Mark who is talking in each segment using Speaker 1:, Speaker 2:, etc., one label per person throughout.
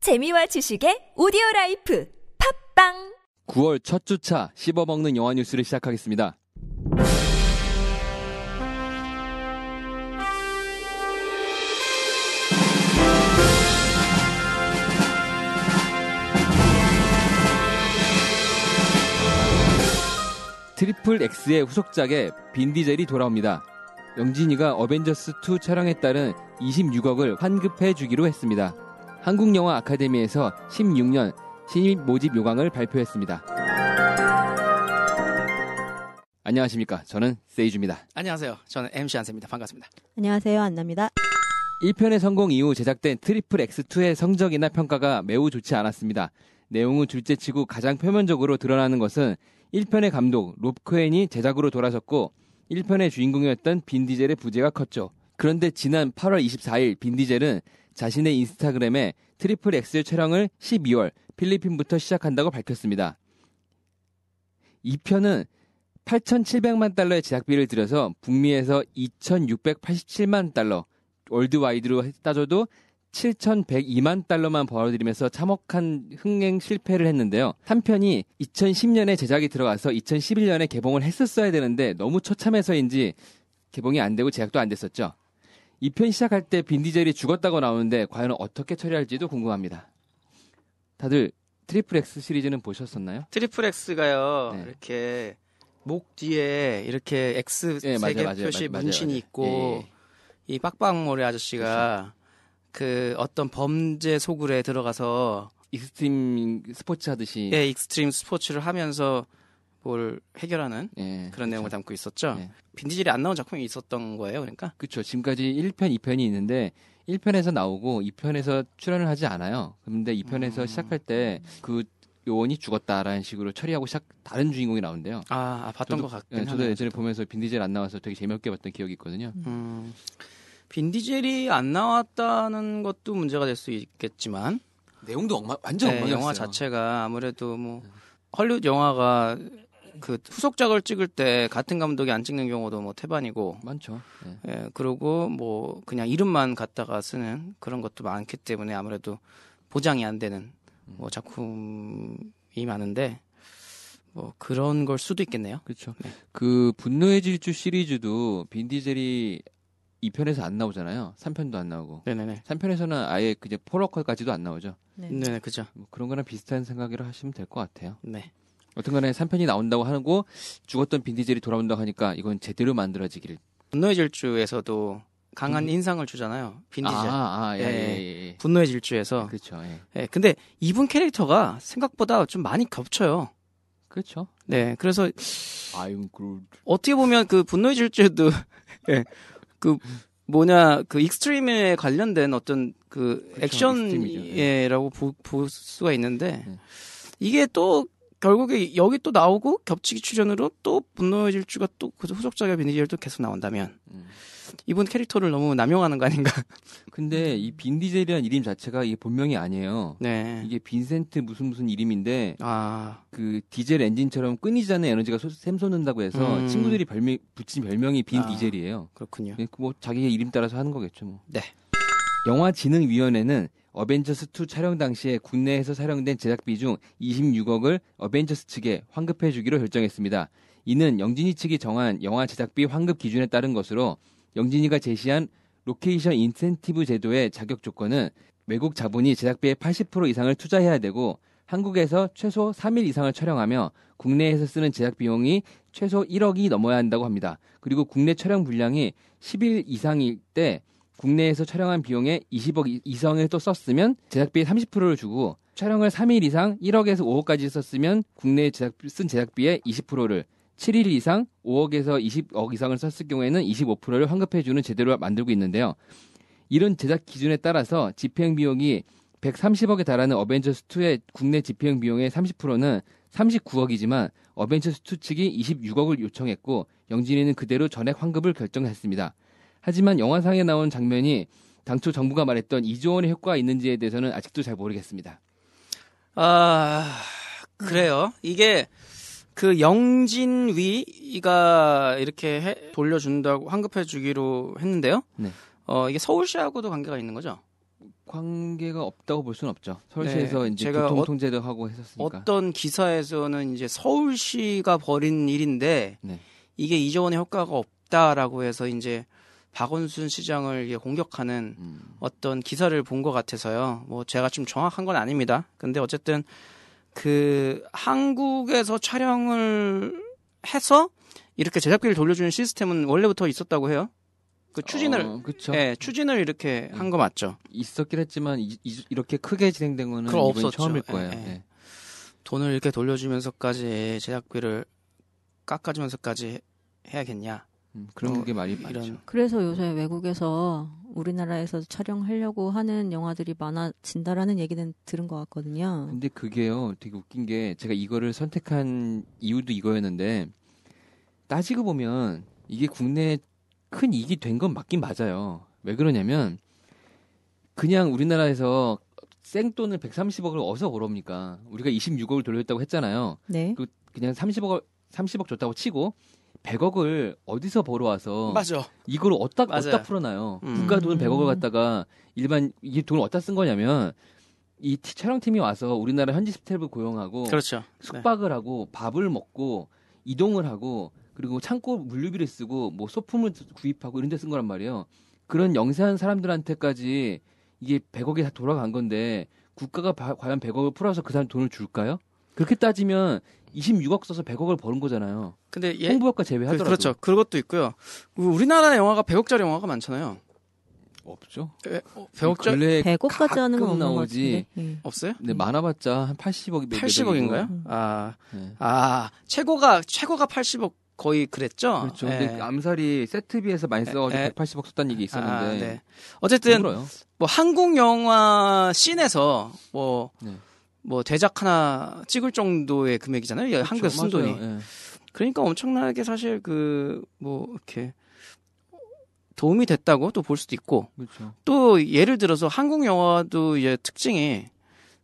Speaker 1: 재미와 지식의 오디오 라이프 팝빵
Speaker 2: 9월 첫 주차 씹어먹는 영화 뉴스를 시작하겠습니다. 트리플 X의 후속작에 빈 디젤이 돌아옵니다. 영진이가 어벤져스2 촬영에 따른 26억을 환급해 주기로 했습니다. 한국영화 아카데미에서 16년 신입 모집 요강을 발표했습니다. 안녕하십니까. 저는 세이주입니다.
Speaker 3: 안녕하세요. 저는 MC 안세입니다. 반갑습니다.
Speaker 4: 안녕하세요 안나입니다.
Speaker 2: 1편의 성공 이후 제작된 트리플 X2의 성적이나 평가가 매우 좋지 않았습니다. 내용은 둘째치고 가장 표면적으로 드러나는 것은 1편의 감독 롭 코엔이 제작으로 돌아섰고 1편의 주인공이었던 빈 디젤의 부재가 컸죠. 그런데 지난 8월 24일 빈 디젤은 자신의 인스타그램에 트리플 X 촬영을 12월 필리핀부터 시작한다고 밝혔습니다. 2편은 8,700만 달러의 제작비를 들여서 북미에서 2,687만 달러, 월드와이드로 따져도 7,102만 달러만 벌어들이면서 참혹한 흥행 실패를 했는데요. 3편이 2010년에 제작이 들어가서 2011년에 개봉을 했었어야 되는데 너무 처참해서인지 개봉이 안 되고 제작도 안 됐었죠. 2편 시작할 때 빈디젤이 죽었다고 나오는데 과연 어떻게 처리할지도 궁금합니다. 다들 트리플 X 시리즈는 보셨었나요?
Speaker 3: 트리플 X가요.
Speaker 2: 네.
Speaker 3: 이렇게 목 뒤에 이렇게 X
Speaker 2: 예, 맞아요,
Speaker 3: 세개
Speaker 2: 맞아요,
Speaker 3: 표시
Speaker 2: 맞아요,
Speaker 3: 문신이
Speaker 2: 맞아요.
Speaker 3: 있고
Speaker 2: 예, 그렇죠.
Speaker 3: 이 빡빡머리 아저씨가 그 어떤 범죄 소굴에 들어가서
Speaker 2: 익스트림 스포츠 하듯이
Speaker 3: 예, 익스트림 스포츠를 하면서 뭘 해결하는
Speaker 2: 예,
Speaker 3: 그런 내용을 담고 있었죠.
Speaker 2: 네.
Speaker 3: 빈디젤이 안 나온 작품이 있었던 거예요. 그러니까
Speaker 2: 그렇죠. 지금까지 1편, 2편이 있는데 1편에서 나오고 2편에서 출연을 하지 않아요. 근데 2편에서
Speaker 3: 음.
Speaker 2: 시작할 때 그 요원이 죽었다라는 식으로 처리하고 시작 다른 주인공이 나오는데요.
Speaker 3: 아, 아, 봤던
Speaker 2: 저도-
Speaker 3: 것 같긴
Speaker 2: 예, 저도
Speaker 3: 하네요.
Speaker 2: 예전에 보면서 빈디젤 안 나와서 되게 재미없게 봤던 기억이 있거든요.
Speaker 3: 음, 빈디젤이 안 나왔다는 것도 문제가 될 수 있겠지만
Speaker 2: 내용도 엉망, 완전
Speaker 3: 네, 영화 자체가 아무래도 뭐 헐리우드 영화가 그 후속작을 찍을 때 같은 감독이 안 찍는 경우도 뭐 태반이고
Speaker 2: 많죠. 예.
Speaker 3: 예, 그리고 뭐 그냥 이름만 갖다가 쓰는 그런 것도 많기 때문에 아무래도 보장이 안 되는 뭐 작품이 많은데 뭐 그런 걸 수도 있겠네요.
Speaker 2: 그렇죠.
Speaker 3: 네.
Speaker 2: 그 분노의 질주 시리즈도 빈디젤이 2편에서 안 나오잖아요. 3편도 안 나오고.
Speaker 3: 네네네.
Speaker 2: 3편에서는 아예 그냥 포로컬까지도 안 나오죠.
Speaker 4: 네.
Speaker 3: 네네 그죠.
Speaker 2: 뭐 그런 거랑 비슷한 생각이라 하시면 될 것 같아요.
Speaker 3: 네.
Speaker 2: 어떤 간에 3편이 나온다고 하고 죽었던 빈디젤이 돌아온다고 하니까 이건 제대로 만들어지기를.
Speaker 3: 분노의 질주에서도 강한 인상을 주잖아요. 빈디젤.
Speaker 2: 아, 아, 예,
Speaker 3: 예.
Speaker 2: 예, 예. 예.
Speaker 3: 분노의 질주에서.
Speaker 2: 그렇죠. 예.
Speaker 3: 예, 근데 이분 캐릭터가 생각보다 좀 많이 겹쳐요.
Speaker 2: 그렇죠.
Speaker 3: 네, 그래서
Speaker 2: 아이언 그루드.
Speaker 3: 어떻게 보면 그 분노의 질주도 예, 그 뭐냐 그 익스트림에 관련된 어떤 그
Speaker 2: 그쵸, 익스트림이죠. 예.
Speaker 3: 액션이라고 볼 수가 있는데
Speaker 2: 네.
Speaker 3: 이게 또 결국에 여기 또 나오고 겹치기 출연으로 또 분노의 질주가 또 그 후속작의 비니젤도 계속 나온다면
Speaker 2: 음.
Speaker 3: 이분 캐릭터를 너무 남용하는 거 아닌가?
Speaker 2: 근데 이 빈디젤이라는 이름 자체가 이게 본명이 아니에요.
Speaker 3: 네.
Speaker 2: 이게 빈센트 무슨 무슨 이름인데
Speaker 3: 아,
Speaker 2: 그 디젤 엔진처럼 끊이지 않는 에너지가 솟- 샘솟는다고 해서
Speaker 3: 음.
Speaker 2: 친구들이 별명, 붙인 별명이 빈
Speaker 3: 아.
Speaker 2: 디젤이에요.
Speaker 3: 그렇군요.
Speaker 2: 예, 그뭐 자기의 이름 따라서 하는 거겠죠. 뭐.
Speaker 3: 네.
Speaker 2: 영화진흥위원회는 어벤져스 2 촬영 당시에 국내에서 사용된 제작비 중 26억을 어벤져스 측에 환급해 주기로 결정했습니다. 이는 영진이 측이 정한 영화 제작비 환급 기준에 따른 것으로 영진이가 제시한 로케이션 인센티브 제도의 자격 조건은 외국 자본이 제작비의 80% 이상을 투자해야 되고 한국에서 최소 3일 이상을 촬영하며 국내에서 쓰는 제작 비용이 최소 1억이 넘어야 한다고 합니다. 그리고 국내 촬영 분량이 10일 이상일 때 국내에서 촬영한 비용의 20억 이- 이상을 또 썼으면 제작비의 30%를 주고 촬영을 3일 이상 1억에서 5억까지 썼으면 국내에 제작, 쓴 제작비의 20%를 7일 이상 5억에서 20억 이상을 썼을 경우에는 25%를 환급해주는 제도를 만들고 있는데요. 이런 제작 기준에 따라서 집행 비용이 130억에 달하는 어벤져스2의 국내 집행 비용의 30%는 39억이지만 어벤져스2 측이 26억을 요청했고 영진이는 그대로 전액 환급을 결정했습니다. 하지만 영화상에 나온 장면이 당초 정부가 말했던 2조 원의 효과가 있는지에 대해서는 아직도 잘 모르겠습니다.
Speaker 3: 아, 그래요. 이게 그 영진위가 이렇게 해- 돌려준다고 환급해 주기로 했는데요.
Speaker 2: 네.
Speaker 3: 어, 이게 서울시하고도 관계가 있는 거죠.
Speaker 2: 관계가 없다고 볼 수는 없죠. 서울시에서
Speaker 3: 네,
Speaker 2: 이제
Speaker 3: 제가
Speaker 2: 교통
Speaker 3: 어-
Speaker 2: 통제도 하고 했었으니까.
Speaker 3: 어떤 기사에서는 이제 서울시가 벌인 일인데
Speaker 2: 네.
Speaker 3: 이게 이재원의 효과가 없다라고 해서 이제 박원순 시장을 이제 공격하는
Speaker 2: 음,
Speaker 3: 어떤 기사를 본 것 같아서요. 뭐 제가 좀 정확한 건 아닙니다. 근데 어쨌든 그 한국에서 촬영을 해서 이렇게 제작비를 돌려주는 시스템은 원래부터 있었다고 해요. 그 추진을
Speaker 2: 어, 음. 그쵸.
Speaker 3: 예, 추진을 이렇게 한 거 맞죠.
Speaker 2: 있었긴 했지만 이, 렇게 크게 진행된 거는
Speaker 3: 그럼
Speaker 2: 이번이
Speaker 3: 없었죠.
Speaker 2: 처음일
Speaker 3: 예,
Speaker 2: 거예요.
Speaker 3: 예.
Speaker 2: 네.
Speaker 3: 돈을 이렇게 돌려주면서까지 제작비를 깎아주면서까지 해야겠냐.
Speaker 2: 음, 그런
Speaker 3: 어,
Speaker 2: 게 말이
Speaker 3: 이런
Speaker 2: 많죠.
Speaker 4: 그래서 요새 외국에서 우리나라에서 촬영하려고 하는 영화들이 많아진다라는 얘기는 들은 것 같거든요.
Speaker 2: 근데 그게요 되게 웃긴 게 제가 이거를 선택한 이유도 이거였는데 따지고 보면 이게 국내에 큰 이익이 된 건 맞긴 맞아요 왜 그러냐면 그냥 우리나라에서 생돈을 130억을 어디서 벌어옵니까 우리가 26억을 돌렸다고 했잖아요
Speaker 4: 네.
Speaker 2: 그냥 30억을 30억 줬다고 치고 100억을 어디서 벌어와서
Speaker 3: 맞아.
Speaker 2: 이걸 어디다,
Speaker 3: 맞아요.
Speaker 2: 어디다 풀어놔요.
Speaker 3: 음.
Speaker 2: 국가 돈 100억을
Speaker 4: 음.
Speaker 2: 갖다가 일반 이 돈을 어디다 쓴 거냐면 이 티- 촬영팀이 와서 우리나라 현지 스텝을 고용하고
Speaker 3: 그렇죠.
Speaker 2: 숙박을 하고 밥을 먹고 이동을 하고 그리고 창고 물류비를 쓰고 뭐 소품을 구입하고 이런 데 쓴 거란 말이에요. 그런 영세한 사람들한테까지 이게 100억이 다 돌아간 건데 국가가 바- 과연 100억을 풀어서 그 사람 돈을 줄까요? 그렇게 따지면 26억 써서 100억을 버는 거잖아요.
Speaker 3: 근데 예,
Speaker 2: 홍보효과
Speaker 3: 그,
Speaker 2: 제외하더라도
Speaker 3: 렇죠 그것도 있고요. 그 우리나라 영화가 100억짜리 영화가 많잖아요.
Speaker 2: 없죠.
Speaker 3: 예, 어, 100억짜리
Speaker 2: 근래
Speaker 4: 네, 100억까지 하는 건
Speaker 2: 가끔
Speaker 4: 없는
Speaker 2: 나오지.
Speaker 4: 것 같은데. 네.
Speaker 3: 그, 없어요?
Speaker 2: 근데 많아봤자 한 80억이
Speaker 3: 80억인가요?
Speaker 4: 음.
Speaker 3: 아,
Speaker 2: 네.
Speaker 3: 아, 최고가 최고가 80억 거의 그랬죠.
Speaker 2: 그렇죠.
Speaker 3: 예.
Speaker 2: 근데 암살이 세트비에서 많이 써가지고
Speaker 3: 에, 에.
Speaker 2: 180억 썼다는 얘기 있었는데.
Speaker 3: 아, 네. 어쨌든
Speaker 2: 힘들어요.
Speaker 3: 뭐 한국 영화 씬에서 뭐.
Speaker 2: 네.
Speaker 3: 뭐 대작 하나 찍을 정도의 금액이잖아요. 한국에
Speaker 2: 그렇죠.
Speaker 3: 쓴 돈이.
Speaker 2: 맞아요. 예.
Speaker 3: 그러니까 엄청나게 사실 그 뭐 이렇게 도움이 됐다고 또 볼 수도 있고
Speaker 2: 그렇죠.
Speaker 3: 또 예를 들어서 한국 영화도 이제 특징이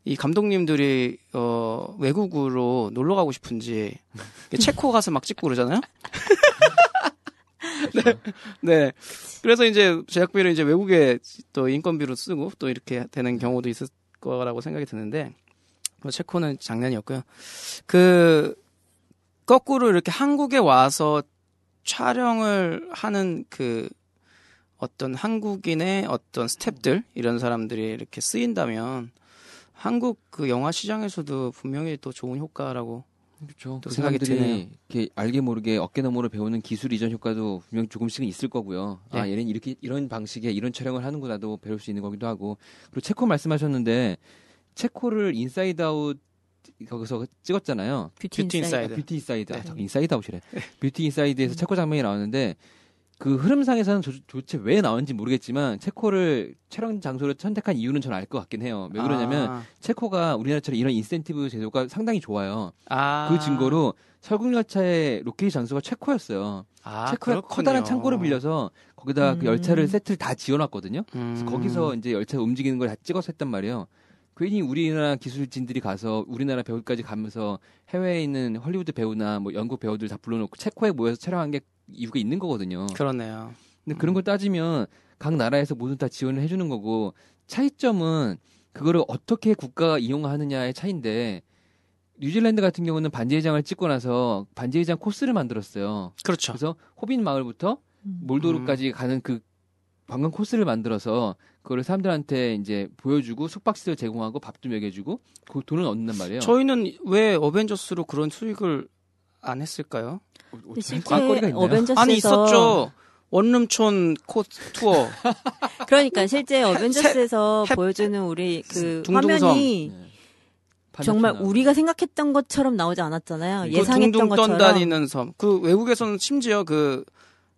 Speaker 3: 이 감독님들이 어 외국으로 놀러 가고 싶은지 체코 가서 막 찍고 그러잖아요. 네. 그래서 이제 제작비를 이제 외국에 또 인건비로 쓰고 또 이렇게 되는 경우도 있을 거라고 생각이 드는데 뭐 체코는 장난이었고요. 그 거꾸로 이렇게 한국에 와서 촬영을 하는 그 어떤 한국인의 어떤 스탭들 이런 사람들이 이렇게 쓰인다면 한국 그 영화 시장에서도 분명히 또 좋은 효과라고
Speaker 2: 그렇죠.
Speaker 3: 또
Speaker 2: 그
Speaker 3: 생각이
Speaker 2: 사람들이
Speaker 3: 드네요.
Speaker 2: 이렇게 알게 모르게 어깨 너머로 배우는 기술 이전 효과도 분명 조금씩은 있을 거고요. 아,
Speaker 3: 네.
Speaker 2: 얘는 이렇게 이런 방식의 이런 촬영을 하는구나도 배울 수 있는 거기도 하고. 그리고 체코 말씀하셨는데 체코를 인사이드 아웃 거기서 찍었잖아요.
Speaker 4: 뷰티
Speaker 3: 뷰티
Speaker 4: 인사이드.
Speaker 3: 인사이드.
Speaker 2: 뷰티 인사이드. 아,
Speaker 3: 네. 음.
Speaker 2: 잠깐, 인사이드 아웃이래. 뷰티 인사이드에서 체코 장면이 나오는데 그 흐름상에서는 조, 도대체 왜 나오는지 모르겠지만 체코를 촬영 장소를 선택한 이유는 저는 알 것 같긴 해요. 왜
Speaker 3: 아.
Speaker 2: 그러냐면 체코가 우리나라처럼 이런 인센티브 제도가 상당히 좋아요.
Speaker 3: 아.
Speaker 2: 그 증거로 설국열차의 로케이션 장소가 체코였어요.
Speaker 3: 아,
Speaker 2: 체코에
Speaker 3: 그렇군요.
Speaker 2: 커다란 창고를 빌려서 거기다 그
Speaker 4: 음.
Speaker 2: 열차를 세트를 다 지어놨거든요.
Speaker 3: 음.
Speaker 2: 그래서 거기서 이제 열차 움직이는 걸 다 찍어서 했단 말이에요. 괜히 우리나라 기술진들이 가서 우리나라 배우까지 가면서 해외에 있는 헐리우드 배우나 뭐 영국 배우들 다 불러놓고 체코에 모여서 촬영한 게 이유가 있는 거거든요.
Speaker 3: 그러네요.
Speaker 2: 근데 그런 걸 따지면 각 나라에서 모두 다 지원을 해주는 거고 차이점은 그거를 어떻게 국가가 이용하느냐의 차이인데 뉴질랜드 같은 경우는 반지의 장을 찍고 나서 반지의 장 코스를 만들었어요.
Speaker 3: 그렇죠.
Speaker 2: 그래서 호빈 마을부터
Speaker 4: 음.
Speaker 2: 몰도르까지 가는 그 관광 코스를 만들어서 그거를 사람들한테 이제 보여주고 숙박시설 제공하고 밥도 먹여주고 그 돈을 얻는단 말이에요.
Speaker 3: 저희는 왜 어벤져스로 그런 수익을 안 했을까요?
Speaker 2: 어, 어,
Speaker 4: 근데 네, 실제
Speaker 2: 관거리가 있나요?
Speaker 4: 어벤져스에서
Speaker 3: 아니 있었죠. 원룸촌 코 투어.
Speaker 4: 그러니까 실제 어벤져스에서
Speaker 3: 햅-
Speaker 4: 보여주는 우리 그
Speaker 3: 둥둥섬.
Speaker 4: 화면이
Speaker 2: 네. 반대편
Speaker 4: 정말
Speaker 2: 나오고.
Speaker 4: 우리가 생각했던 것처럼 나오지 않았잖아요.
Speaker 2: 네.
Speaker 4: 예상했던
Speaker 3: 그 둥둥
Speaker 4: 것처럼.
Speaker 3: 떠다니는 섬. 그 외국에서는 심지어 그,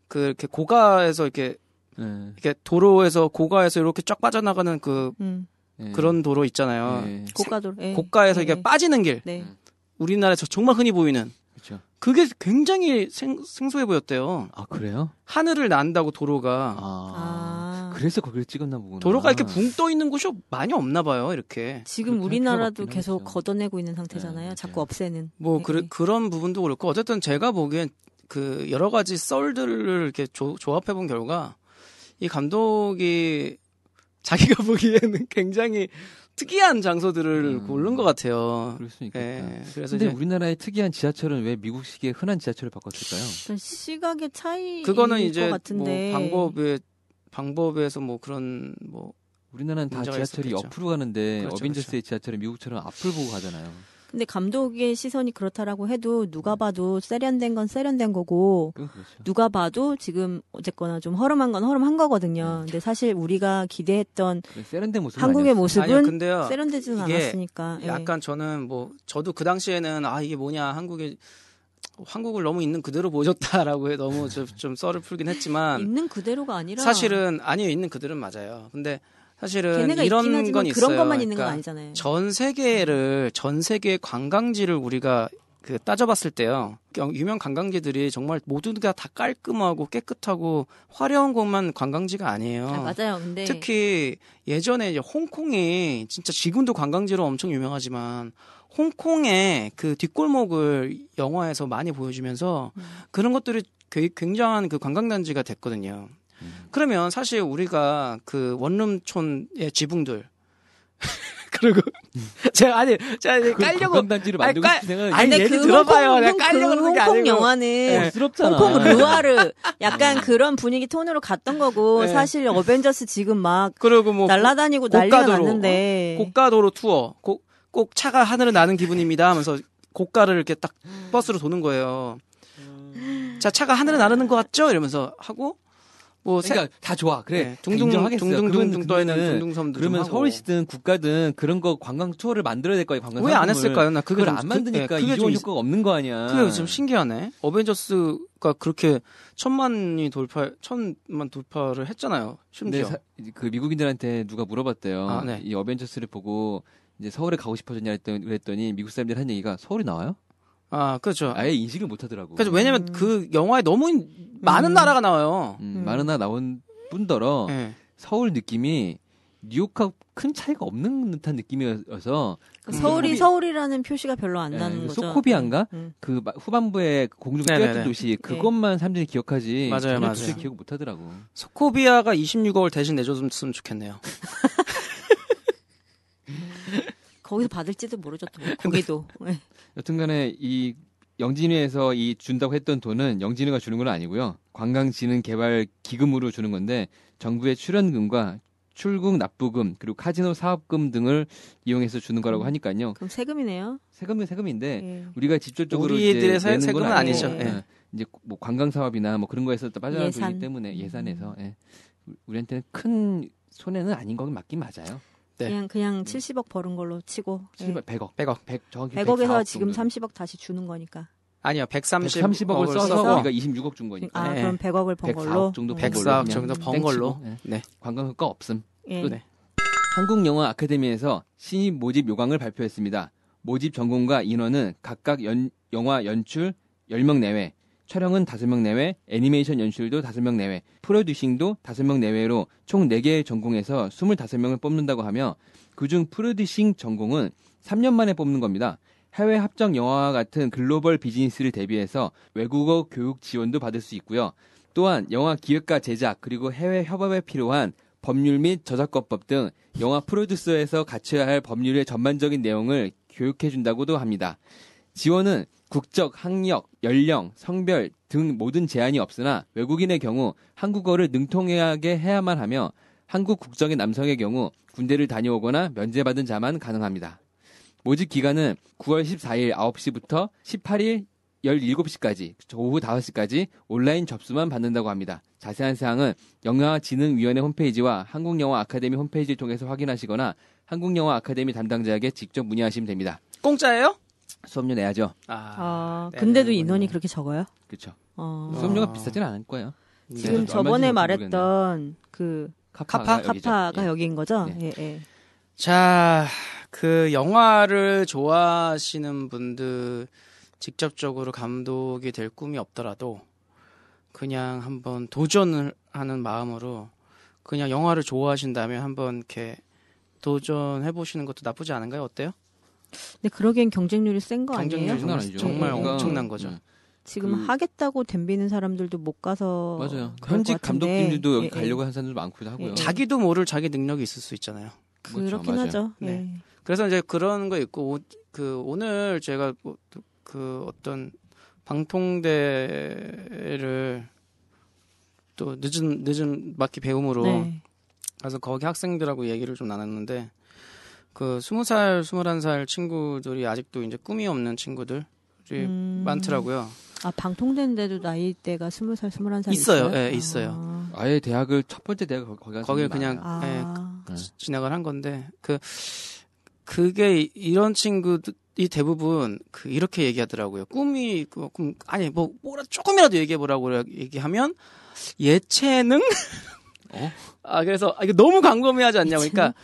Speaker 3: 그 이렇게 고가에서 이렇게
Speaker 2: 네.
Speaker 3: 이렇게 도로에서 고가에서 이렇게 쫙 빠져나가는 그
Speaker 4: 음,
Speaker 2: 네.
Speaker 3: 그런 도로 있잖아요.
Speaker 2: 네.
Speaker 4: 고가도 예.
Speaker 3: 고가에서
Speaker 4: 예,
Speaker 3: 이게
Speaker 4: 예.
Speaker 3: 빠지는 길.
Speaker 4: 네.
Speaker 3: 우리나라에서 정말 흔히 보이는
Speaker 2: 그렇죠.
Speaker 3: 그게 굉장히 생, 생소해 보였대요.
Speaker 2: 아 그래요?
Speaker 3: 하늘을 난다고 도로가
Speaker 2: 아,
Speaker 4: 아.
Speaker 2: 그래서 거기를 찍었나 보구나.
Speaker 3: 도로가 이렇게 붕 떠 있는 곳이 많이 없나 봐요. 이렇게
Speaker 2: 그렇게 할
Speaker 4: 지금
Speaker 2: 필요가
Speaker 4: 우리나라도
Speaker 2: 없긴
Speaker 4: 계속
Speaker 2: 하겠어요.
Speaker 4: 걷어내고 있는 상태잖아요.
Speaker 2: 네,
Speaker 4: 자꾸
Speaker 2: 맞아요.
Speaker 4: 없애는.
Speaker 3: 뭐
Speaker 4: 네,
Speaker 3: 그,
Speaker 4: 네.
Speaker 3: 그런 부분도 그렇고 어쨌든 제가 보기엔 그 여러 가지 썰들을 이렇게 조, 합해본 결과 이 감독이 자기가 보기에는 굉장히 특이한 장소들을
Speaker 2: 음.
Speaker 3: 고른 것 같아요.
Speaker 2: 그럴 수 있겠다.
Speaker 3: 예, 그래서
Speaker 2: 네. 근데
Speaker 3: 이제
Speaker 2: 우리나라의 특이한 지하철은 왜 미국식의 흔한 지하철을 바꿨을까요?
Speaker 4: 일단 시각의 차이
Speaker 3: 그거는 이제
Speaker 4: 것 같은데
Speaker 3: 뭐 방법에 방법에서 뭐 그런 뭐
Speaker 2: 우리나라는 다
Speaker 3: 문제가
Speaker 2: 지하철이
Speaker 3: 있었겠죠.
Speaker 2: 옆으로 가는데
Speaker 3: 그렇죠,
Speaker 2: 어벤져스의 지하철은 미국처럼 앞을 보고 가잖아요.
Speaker 4: 근데 감독의 시선이 그렇다라고 해도 누가 봐도 세련된 건 세련된 거고
Speaker 2: 그건 그렇죠.
Speaker 4: 누가 봐도 지금 어쨌거나 좀 허름한 건 허름한 거거든요.
Speaker 3: 네.
Speaker 4: 근데 사실 우리가 기대했던
Speaker 2: 세련된 모습
Speaker 4: 한국의
Speaker 3: 아니요
Speaker 4: 모습은
Speaker 3: 근데요
Speaker 4: 세련되지는
Speaker 3: 이게
Speaker 4: 않았으니까. 예.
Speaker 3: 약간 저는 뭐 저도 그 당시에는 아 이게 뭐냐 한국에 한국을 너무 있는 그대로 보여줬다라고 해 너무 좀, 좀 썰을 풀긴 했지만
Speaker 4: 있는 그대로가 아니라
Speaker 3: 사실은 아니요 있는 그들은 맞아요. 근데 사실은
Speaker 4: 걔네가 있긴
Speaker 3: 이런
Speaker 4: 하지만
Speaker 3: 건 있어요.
Speaker 4: 그런 것만 있는 건
Speaker 3: 그러니까
Speaker 4: 아니잖아요.
Speaker 3: 전 세계를 전 세계 관광지를 우리가 그 따져봤을 때요 경- 유명 관광지들이 정말 모두가 다 깔끔하고 깨끗하고 화려한 곳만 관광지가 아니에요.
Speaker 4: 아, 맞아요. 근데
Speaker 3: 특히 예전에 이제 홍콩이 진짜 지금도 관광지로 엄청 유명하지만 홍콩의 그 뒷골목을 영화에서 많이 보여주면서 그런 것들이 괴- 굉장한 그 관광단지가 됐거든요. 그러면 사실 우리가 그 원룸촌의 지붕들 그리고 제가 아니 제가 이제 깔려고
Speaker 2: 단지를
Speaker 3: 아니,
Speaker 2: 그 만들고
Speaker 3: 깔-
Speaker 2: 싶은 생각을
Speaker 3: 아니, 얘기
Speaker 4: 그
Speaker 3: 들어봐요.
Speaker 4: 홍콩,
Speaker 3: 내가 깔려고
Speaker 4: 그
Speaker 3: 그러는 게
Speaker 4: 홍콩
Speaker 3: 아니고. 네.
Speaker 4: 영화는
Speaker 2: 부럽잖아.
Speaker 4: 홍콩 루아르 약간 그런 분위기 톤으로 갔던 거고
Speaker 3: 네.
Speaker 4: 사실 어벤져스 지금 막
Speaker 3: 그리고 뭐
Speaker 4: 날라다니고 난리가
Speaker 3: 고가도로,
Speaker 4: 났는데
Speaker 3: 고가도로 투어 고- 꼭 차가 하늘을 나는 기분입니다 하면서 고가를 이렇게 딱 버스로 도는 거예요. 자 차가 하늘을 나르는 것 같죠? 이러면서 하고 뭐 세-
Speaker 2: 그러니까 다 좋아. 그래.
Speaker 3: 네, 둥둥
Speaker 2: 인정하겠어요.
Speaker 3: 둥둥둥둥
Speaker 2: 그건-
Speaker 3: 떠있는
Speaker 2: 그거는
Speaker 3: 둥둥섬도 좀
Speaker 2: 그러면
Speaker 3: 하고.
Speaker 2: 서울시든 국가든 그런 거 관광 투어를 만들어야 될 거예요. 관광
Speaker 3: 왜 안
Speaker 2: 상품을.
Speaker 3: 했을까요? 나 그게
Speaker 2: 그걸
Speaker 3: 좀-
Speaker 2: 안 만드니까
Speaker 3: 그- 네,
Speaker 2: 이게
Speaker 3: 그게
Speaker 2: 좀
Speaker 3: 좀
Speaker 2: 효과가 없는 거 아니야.
Speaker 3: 그게 좀 신기하네. 어벤져스가 그렇게 천만이 돌파 천만 돌파를 했잖아요.
Speaker 2: 근데
Speaker 3: 심지어
Speaker 2: 사- 그 미국인들한테 누가 물어봤대요.
Speaker 3: 아, 네.
Speaker 2: 이 어벤져스를 보고 이제 서울에 가고 싶어졌냐 했더니- 그랬더니 미국 사람들 한 얘기가 서울이 나와요?
Speaker 3: 아 그렇죠.
Speaker 2: 아예 인식을 못 하더라고.
Speaker 3: 그래서 왜냐면 그 영화에 너무 인- 많은 나라가 나와요.
Speaker 2: 음,
Speaker 4: 음.
Speaker 2: 마르나 나온 뿐더러
Speaker 3: 예.
Speaker 2: 서울 느낌이 뉴욕하고 큰 차이가 없는 듯한 느낌이어서
Speaker 4: 그러니까 서울이
Speaker 2: 소코비-
Speaker 4: 서울이라는 표시가 별로 안
Speaker 2: 예,
Speaker 4: 나는
Speaker 2: 그
Speaker 4: 거죠.
Speaker 2: 소코비안가?
Speaker 4: 음.
Speaker 2: 그 마- 후반부에 공중에
Speaker 3: 네네네.
Speaker 2: 뛰었던 도시 그것만 사람들이 기억하지
Speaker 3: 맞아요,
Speaker 2: 전혀
Speaker 3: 맞아요.
Speaker 2: 도시 기억 못 하더라고.
Speaker 3: 소코비아가 26억을 대신 내줬으면 좋겠네요.
Speaker 4: 거기서 받을지도 모르죠. 또. 거기도 예.
Speaker 2: 여튼간에 이 영진이에서 이 준다고 했던 돈은 영진이가 주는 건 아니고요. 관광진흥개발기금으로 주는 건데 정부의 출연금과 출국 납부금 그리고 카지노 사업금 등을 이용해서 주는
Speaker 4: 음.
Speaker 2: 거라고 하니까요.
Speaker 4: 그럼 세금이네요.
Speaker 2: 세금은 세금인데
Speaker 4: 예.
Speaker 2: 우리가 직접적으로
Speaker 3: 우리
Speaker 2: 이제
Speaker 3: 애들의 세-
Speaker 2: 내는 건
Speaker 3: 세금은
Speaker 2: 아니고,
Speaker 4: 아니죠.
Speaker 2: 예. 이제 뭐 관광 사업이나 뭐 그런 거에서 또 빠져나온 돈이기
Speaker 4: 예산. 음.
Speaker 2: 때문에 예산에서 예. 우- 우리한테는 큰 손해는 아닌 거긴 맞긴 맞아요.
Speaker 3: 네.
Speaker 4: 그냥 그냥 70억 버는 걸로 치고 예.
Speaker 2: 700, 100억,
Speaker 3: 100억.
Speaker 2: 100 정확히
Speaker 4: 100억에서 지금
Speaker 2: 30
Speaker 4: 30억 다시 주는 거니까.
Speaker 3: 아니요, 130,
Speaker 2: 30억을 써서
Speaker 4: 써서.
Speaker 2: 우리가 26억 준 거니까.
Speaker 4: 아
Speaker 3: 예.
Speaker 4: 그럼 100억을 번
Speaker 2: 104억
Speaker 4: 걸로.
Speaker 2: 그러니까.
Speaker 4: 네.
Speaker 2: 정도 번
Speaker 3: 104억
Speaker 2: 그냥
Speaker 3: 정도 번
Speaker 2: 땡치고.
Speaker 3: 걸로.
Speaker 2: 예.
Speaker 3: 네.
Speaker 2: 관광 효과 없음.
Speaker 4: 예.
Speaker 3: 네.
Speaker 2: 한국 영화 아카데미에서 신입 모집 요강을 발표했습니다. 모집 전공과 인원은 각각 연- 영화 연출 10명 내외, 촬영은 5명 내외, 애니메이션 연출도 5명 내외, 프로듀싱도 5명 내외로 총 4개의 전공에서 25명을 뽑는다고 하며 그중 프로듀싱 전공은 3년 만에 뽑는 겁니다. 해외 합정 영화와 같은 글로벌 비즈니스를 대비해서 외국어 교육 지원도 받을 수 있고요. 또한 영화 기획과 제작 그리고 해외 협업에 필요한 법률 및 저작권법 등 영화 프로듀서에서 갖춰야 할 법률의 전반적인 내용을 교육해 준다고도 합니다. 지원은 국적, 학력, 연령, 성별 등 모든 제한이 없으나 외국인의 경우 한국어를 능통하게 해야만 하며 한국 국적인 남성의 경우 군대를 다녀오거나 면제받은 자만 가능합니다. 모집 기간은 9월 14일 9시부터 18일 17시까지 오후 5시까지 온라인 접수만 받는다고 합니다. 자세한 사항은 영화진흥위원회 홈페이지와 한국영화 아카데미 홈페이지를 통해서 확인하시거나 한국영화 아카데미 담당자에게 직접 문의하시면 됩니다.
Speaker 3: 공짜예요?
Speaker 2: 수업료 내야죠.
Speaker 4: 아,
Speaker 3: 네,
Speaker 4: 근데도
Speaker 3: 네,
Speaker 4: 인원이
Speaker 3: 네.
Speaker 4: 그렇게 적어요?
Speaker 2: 그렇죠.
Speaker 4: 어.
Speaker 3: 어.
Speaker 2: 수업료가 비싸진 않을 거예요.
Speaker 4: 지금
Speaker 2: 네. 얼마인지
Speaker 4: 저번에
Speaker 2: 잘
Speaker 4: 말했던 그
Speaker 2: 카파가
Speaker 4: 카파
Speaker 2: 여기죠.
Speaker 4: 카파가
Speaker 2: 예.
Speaker 4: 여기인 거죠?
Speaker 2: 네.
Speaker 4: 예, 예.
Speaker 3: 자, 그 영화를 좋아하시는 분들 직접적으로 감독이 될 꿈이 없더라도 그냥 한번 도전을 하는 마음으로 그냥 영화를 좋아하신다면 한번 이렇게 도전해 보시는 것도 나쁘지 않은가요? 어때요?
Speaker 4: 근데 그러기엔 경쟁률이 센 거 아니에요?
Speaker 3: 경쟁률이
Speaker 2: 그건 예, 아니죠.
Speaker 3: 정말
Speaker 2: 그러니까,
Speaker 3: 엄청난 거죠.
Speaker 2: 음,
Speaker 4: 지금
Speaker 2: 그-
Speaker 4: 하겠다고 덤비는 사람들도 못 가서
Speaker 2: 음. 맞아요.
Speaker 4: 어, 그럴
Speaker 2: 현직
Speaker 4: 것 같은데.
Speaker 2: 감독님들도 여기
Speaker 4: 예, 예.
Speaker 2: 가려고 하는 사람도 많고 하고요.
Speaker 4: 예.
Speaker 3: 자기도 모를 자기 능력이 있을 수 있잖아요.
Speaker 2: 그렇죠.
Speaker 4: 그렇긴
Speaker 2: 맞아요.
Speaker 4: 하죠.
Speaker 3: 네.
Speaker 4: 예.
Speaker 3: 그래서 이제 그런 거 있고 오, 그 오늘 제가 뭐, 또그 어떤 방통대를 또 늦은 늦은 막기 배움으로
Speaker 4: 네.
Speaker 3: 가서 거기 학생들하고 얘기를 좀 나눴는데 그 스무 살 스물한 살 친구들이 아직도 이제 꿈이 없는 친구들이
Speaker 4: 음.
Speaker 3: 많더라고요.
Speaker 4: 아 방통된데도 나이대가 스무 살 스물한 살
Speaker 3: 있어요.
Speaker 4: 있어요?
Speaker 3: 예, 있어요.
Speaker 2: 아예 대학을 첫 번째 대학 거기 가는
Speaker 3: 거길
Speaker 2: 사람이
Speaker 3: 그냥
Speaker 2: 많아요.
Speaker 4: 아, 아.
Speaker 2: 네.
Speaker 3: 지- 진행을 한 건데 그 그게 이- 이런 친구들이 대부분 그 이렇게 얘기하더라고요. 꿈이 그 꿈- 아니 뭐 뭐라 조금이라도 얘기해 보라고 얘기하면 예체능
Speaker 2: 어?
Speaker 3: 아 그래서 아, 이거 너무 광범위하지 않냐 그러니까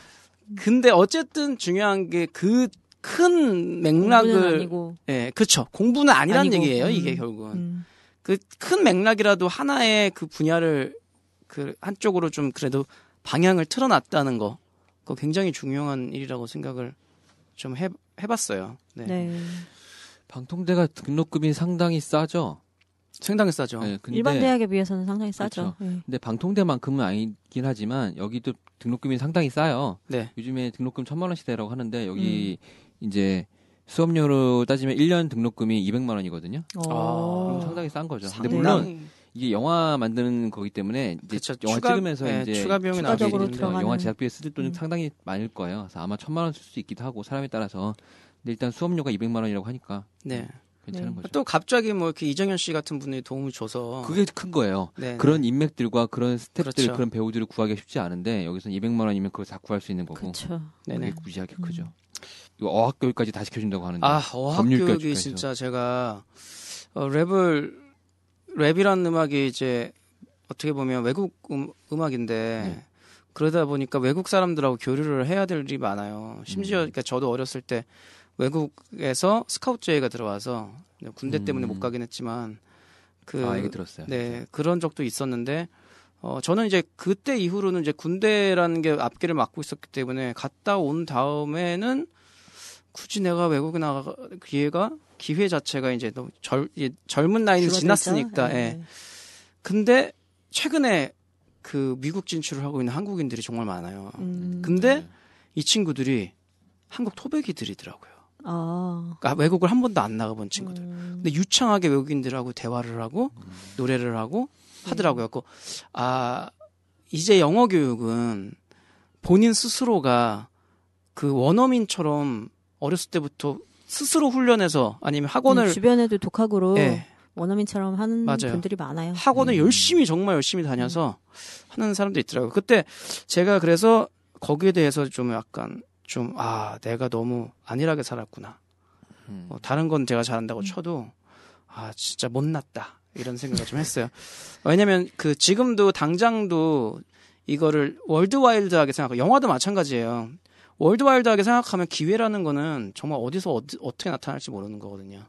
Speaker 3: 근데 어쨌든 중요한 게 그 큰
Speaker 4: 공부는
Speaker 3: 맥락을
Speaker 4: 아니고
Speaker 3: 예 그렇죠 공부는 아니라는
Speaker 4: 아니고.
Speaker 3: 얘기예요
Speaker 4: 음.
Speaker 3: 이게 결국은
Speaker 4: 음.
Speaker 3: 그 큰 맥락이라도 하나의 그 분야를 그 한쪽으로 좀 그래도 방향을 틀어놨다는 거, 그거 굉장히 중요한 일이라고 생각을 좀 해, 해봤어요. 네.
Speaker 4: 네.
Speaker 2: 방통대가 등록금이 상당히 싸죠.
Speaker 3: 생당히 싸죠.
Speaker 2: 네, 근데
Speaker 4: 일반 대학에 비해서는 상당히 싸죠. 예.
Speaker 2: 근데 방통대만큼은 아니긴 하지만 여기도 등록금이 상당히 싸요.
Speaker 3: 네. 음.
Speaker 2: 요즘에 등록금 천만 원시대라고 하는데 여기 이제 수업료로 따지면 1년 등록금이 200만 원이거든요.
Speaker 4: 어.
Speaker 3: 아.
Speaker 2: 상당히 싼 거죠. 근데
Speaker 4: 네.
Speaker 2: 물론 이게 영화 만드는 거기 때문에 이제
Speaker 3: 그쵸,
Speaker 2: 영화
Speaker 3: 추가-
Speaker 2: 찍으면서
Speaker 3: 네,
Speaker 2: 이제
Speaker 3: 추가 비용이
Speaker 2: 나가게
Speaker 4: 추가적으로
Speaker 2: 되니까
Speaker 4: 들어가는-
Speaker 2: 영화 제작비에 쓸 돈이
Speaker 4: 음.
Speaker 2: 상당히 많을 거예요. 그래서 아마 천만 원 쓸 수 있기도 하고 사람에 따라서. 근데 일단 수업료가 200만 원이라고 하니까
Speaker 3: 네.
Speaker 2: 괜찮은
Speaker 4: 네.
Speaker 2: 거죠.
Speaker 3: 또 갑자기 뭐 이렇게 이정현 씨 같은 분이 도움을 줘서
Speaker 2: 그게 큰 거예요.
Speaker 3: 네,
Speaker 2: 그런 인맥들과 그런 스태프들
Speaker 3: 그렇죠.
Speaker 2: 그런 배우들을 구하기 가 쉽지 않은데 여기서는 200만 원이면 그걸 다 구할 수 있는 거고
Speaker 4: 그렇죠.
Speaker 3: 네,
Speaker 2: 그게
Speaker 3: 네.
Speaker 2: 무지하게 크죠. 이거 어학 교육까지 다 시켜준다고 하는데
Speaker 3: 아, 어학 교육이
Speaker 2: 법률까지
Speaker 3: 진짜 제가 어, 랩을 랩이라는 음악이 이제 어떻게 보면 외국 음, 악인데
Speaker 2: 네.
Speaker 3: 그러다 보니까 외국 사람들하고 교류를 해야 될 일이 많아요. 심지어
Speaker 2: 음.
Speaker 3: 그러니까 저도 어렸을 때 외국에서 스카우트 제의가 들어와서 군대
Speaker 2: 음.
Speaker 3: 때문에 못 가긴 했지만 그
Speaker 2: 아 얘기 들었어요.
Speaker 3: 네, 그런 적도 있었는데 어 저는 이제 그때 이후로는 이제 군대라는 게 앞길을 막고 있었기 때문에 갔다 온 다음에는 굳이 내가 외국에 나가 기회가 기회 자체가 이제 너무 젊 이- 젊은 나이는
Speaker 4: 줄어들죠?
Speaker 3: 지났으니까 예.
Speaker 4: 예.
Speaker 3: 근데 최근에 그 미국 진출을 하고 있는 한국인들이 정말 많아요.
Speaker 4: 음.
Speaker 3: 근데
Speaker 2: 네.
Speaker 3: 이 친구들이 한국 토백이들이더라고요.
Speaker 4: 아.
Speaker 3: 그러니까 외국을 한 번도 안 나가본 친구들.
Speaker 4: 음.
Speaker 3: 근데 유창하게 외국인들하고 대화를 하고 노래를 하고
Speaker 4: 음.
Speaker 3: 하더라고요. 그래서 아 이제 영어 교육은 본인 스스로가 그 원어민처럼 어렸을 때부터 스스로 훈련해서 아니면 학원을
Speaker 4: 네, 주변에도 독학으로
Speaker 3: 예,
Speaker 4: 원어민처럼 하는
Speaker 3: 맞아요.
Speaker 4: 분들이 많아요.
Speaker 3: 학원을
Speaker 2: 음.
Speaker 3: 열심히 정말 열심히 다녀서 하는 사람도 있더라고요. 그때 제가 그래서 거기에 대해서 좀 약간 좀 아 내가 너무 안일하게 살았구나.
Speaker 2: 음.
Speaker 3: 뭐 다른 건 제가 잘한다고 쳐도 아 진짜 못났다 이런 생각을 좀 했어요. 왜냐면 그 지금도 당장도 이거를 월드와일드하게 생각하고 영화도 마찬가지예요. 월드와일드하게 생각하면 기회라는 거는 정말 어디서 어떻게 나타날지 모르는 거거든요.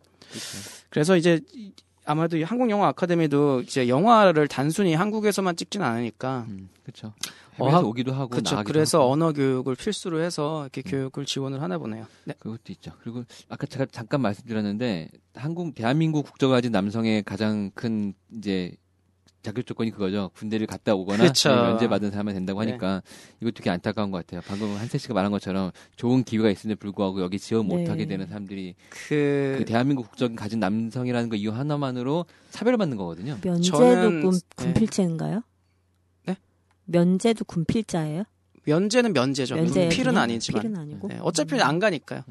Speaker 3: 그래서 이제 이- 아마도 이 한국 영화 아카데미도 이제 영화를 단순히 한국에서만 찍진 않으니까
Speaker 2: 음, 그렇죠.
Speaker 3: 어학-
Speaker 2: 해외에서 오기도 하고
Speaker 3: 그렇죠.
Speaker 2: 나가기도
Speaker 3: 그래서
Speaker 2: 하고.
Speaker 3: 언어 교육을 필수로 해서 이렇게 교육을 지원을 하나 보네요. 네.
Speaker 2: 그것도 있죠. 그리고 아까 제가 잠깐 말씀드렸는데 한국 대한민국 국적을 가진 남성의 가장 큰 이제 자격 조건이 그거죠. 군대를 갔다 오거나
Speaker 3: 그쵸.
Speaker 2: 아니면 면제 받은 사람이 된다고
Speaker 3: 그렇죠. 네.
Speaker 2: 하니까 이거 되게 안타까운 것 같아요. 방금 한세 씨가 말한 것처럼 좋은 기회가 있음에도 불구하고 여기 지원
Speaker 4: 네.
Speaker 2: 못하게 되는 사람들이
Speaker 3: 그
Speaker 2: 그 대한민국 국적을 가진 남성이라는 거 이유 하나만으로 차별받는 거거든요.
Speaker 4: 면제도
Speaker 3: 저는-
Speaker 4: 군,
Speaker 3: 네.
Speaker 4: 군필제인가요?
Speaker 3: 네?
Speaker 4: 면제도 군필자예요?
Speaker 3: 면제는 면제죠. 음,
Speaker 4: 면제
Speaker 3: 필은 아니지만
Speaker 4: 필은 아니고.
Speaker 2: 음.
Speaker 4: 음.
Speaker 3: 네, 어차피 안 가니까요.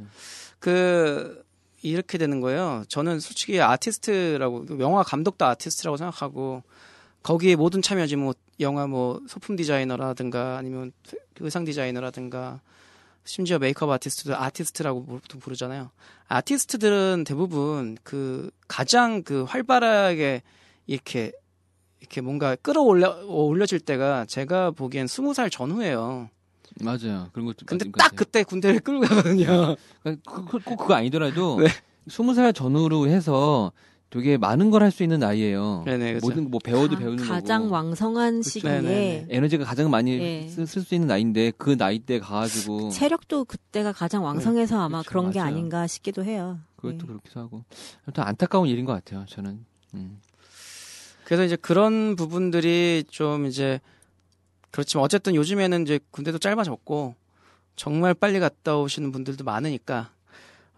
Speaker 3: 그 이렇게 되는 거예요. 저는 솔직히 아티스트라고 영화 감독도 아티스트라고 생각하고 거기에 모든 참여지 뭐 영화 뭐 소품 디자이너라든가 아니면 의상 디자이너라든가 심지어 메이크업 아티스트도 아티스트라고 보통 부르잖아요. 아티스트들은 대부분 그 가장 그 활발하게 이렇게 이렇게 뭔가 끌어올려 올려질 때가 제가 보기엔 스무 살 전후예요.
Speaker 2: 맞아요. 그런 것도
Speaker 3: 근데
Speaker 2: 맞는 것
Speaker 3: 딱
Speaker 2: 같아요. 네.
Speaker 3: 그때 군대를 끌고 가거든요.
Speaker 2: 그, 그러니까 그- 그- 꼭 그거 아니더라도
Speaker 3: 네.
Speaker 2: 스무 살 전후로 해서 되게 많은 걸 할 수 있는 나이예요.
Speaker 3: 네네, 그렇죠. 그쵸.
Speaker 2: 모든 거 뭐 배워도
Speaker 4: 가-
Speaker 2: 배우는
Speaker 4: 가장
Speaker 2: 거고.
Speaker 4: 왕성한 시기에
Speaker 3: 그렇죠. 네네네.
Speaker 2: 에너지가 가장
Speaker 4: 예. 그
Speaker 2: 많이 쓸 수 있는 나이인데 그 나이 때
Speaker 3: 네.
Speaker 2: 가가지고
Speaker 4: 체력도 그때가 가장 왕성해서 아마
Speaker 2: 그쵸,
Speaker 4: 그런게
Speaker 2: 그렇죠. 맞아요.
Speaker 4: 아닌가 싶기도 해요.
Speaker 2: 그것도 그렇죠.
Speaker 4: 네.
Speaker 2: 그렇기도 하고 아무튼 안타까운 일인 것 같아요. 저는 음.
Speaker 3: 그래서 이제 그런 부분들이 좀 이제 그렇지만 어쨌든 요즘에는 이제 군대도 짧아졌고 정말 빨리 갔다 오시는 분들도 많으니까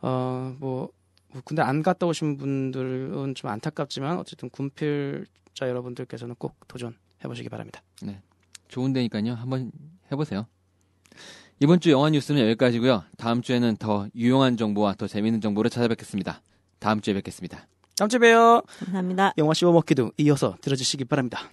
Speaker 3: 어뭐 뭐 군대 안 갔다 오신 분들은 좀 안타깝지만 어쨌든 군필자 여러분들께서는 꼭 도전해 보시기 바랍니다.
Speaker 2: 좋은 데니까요. 한번 해보세요. 이번 주 영화 뉴스는 여기까지고요. 다음 주에는 더 유용한 정보와 더 재미있는 정보를 찾아뵙겠습니다. 다음 주에 뵙겠습니다.
Speaker 3: 다음 주에 봬요.
Speaker 4: 감사합니다.
Speaker 3: 영화 씹어먹기도 이어서 들어주시기 바랍니다.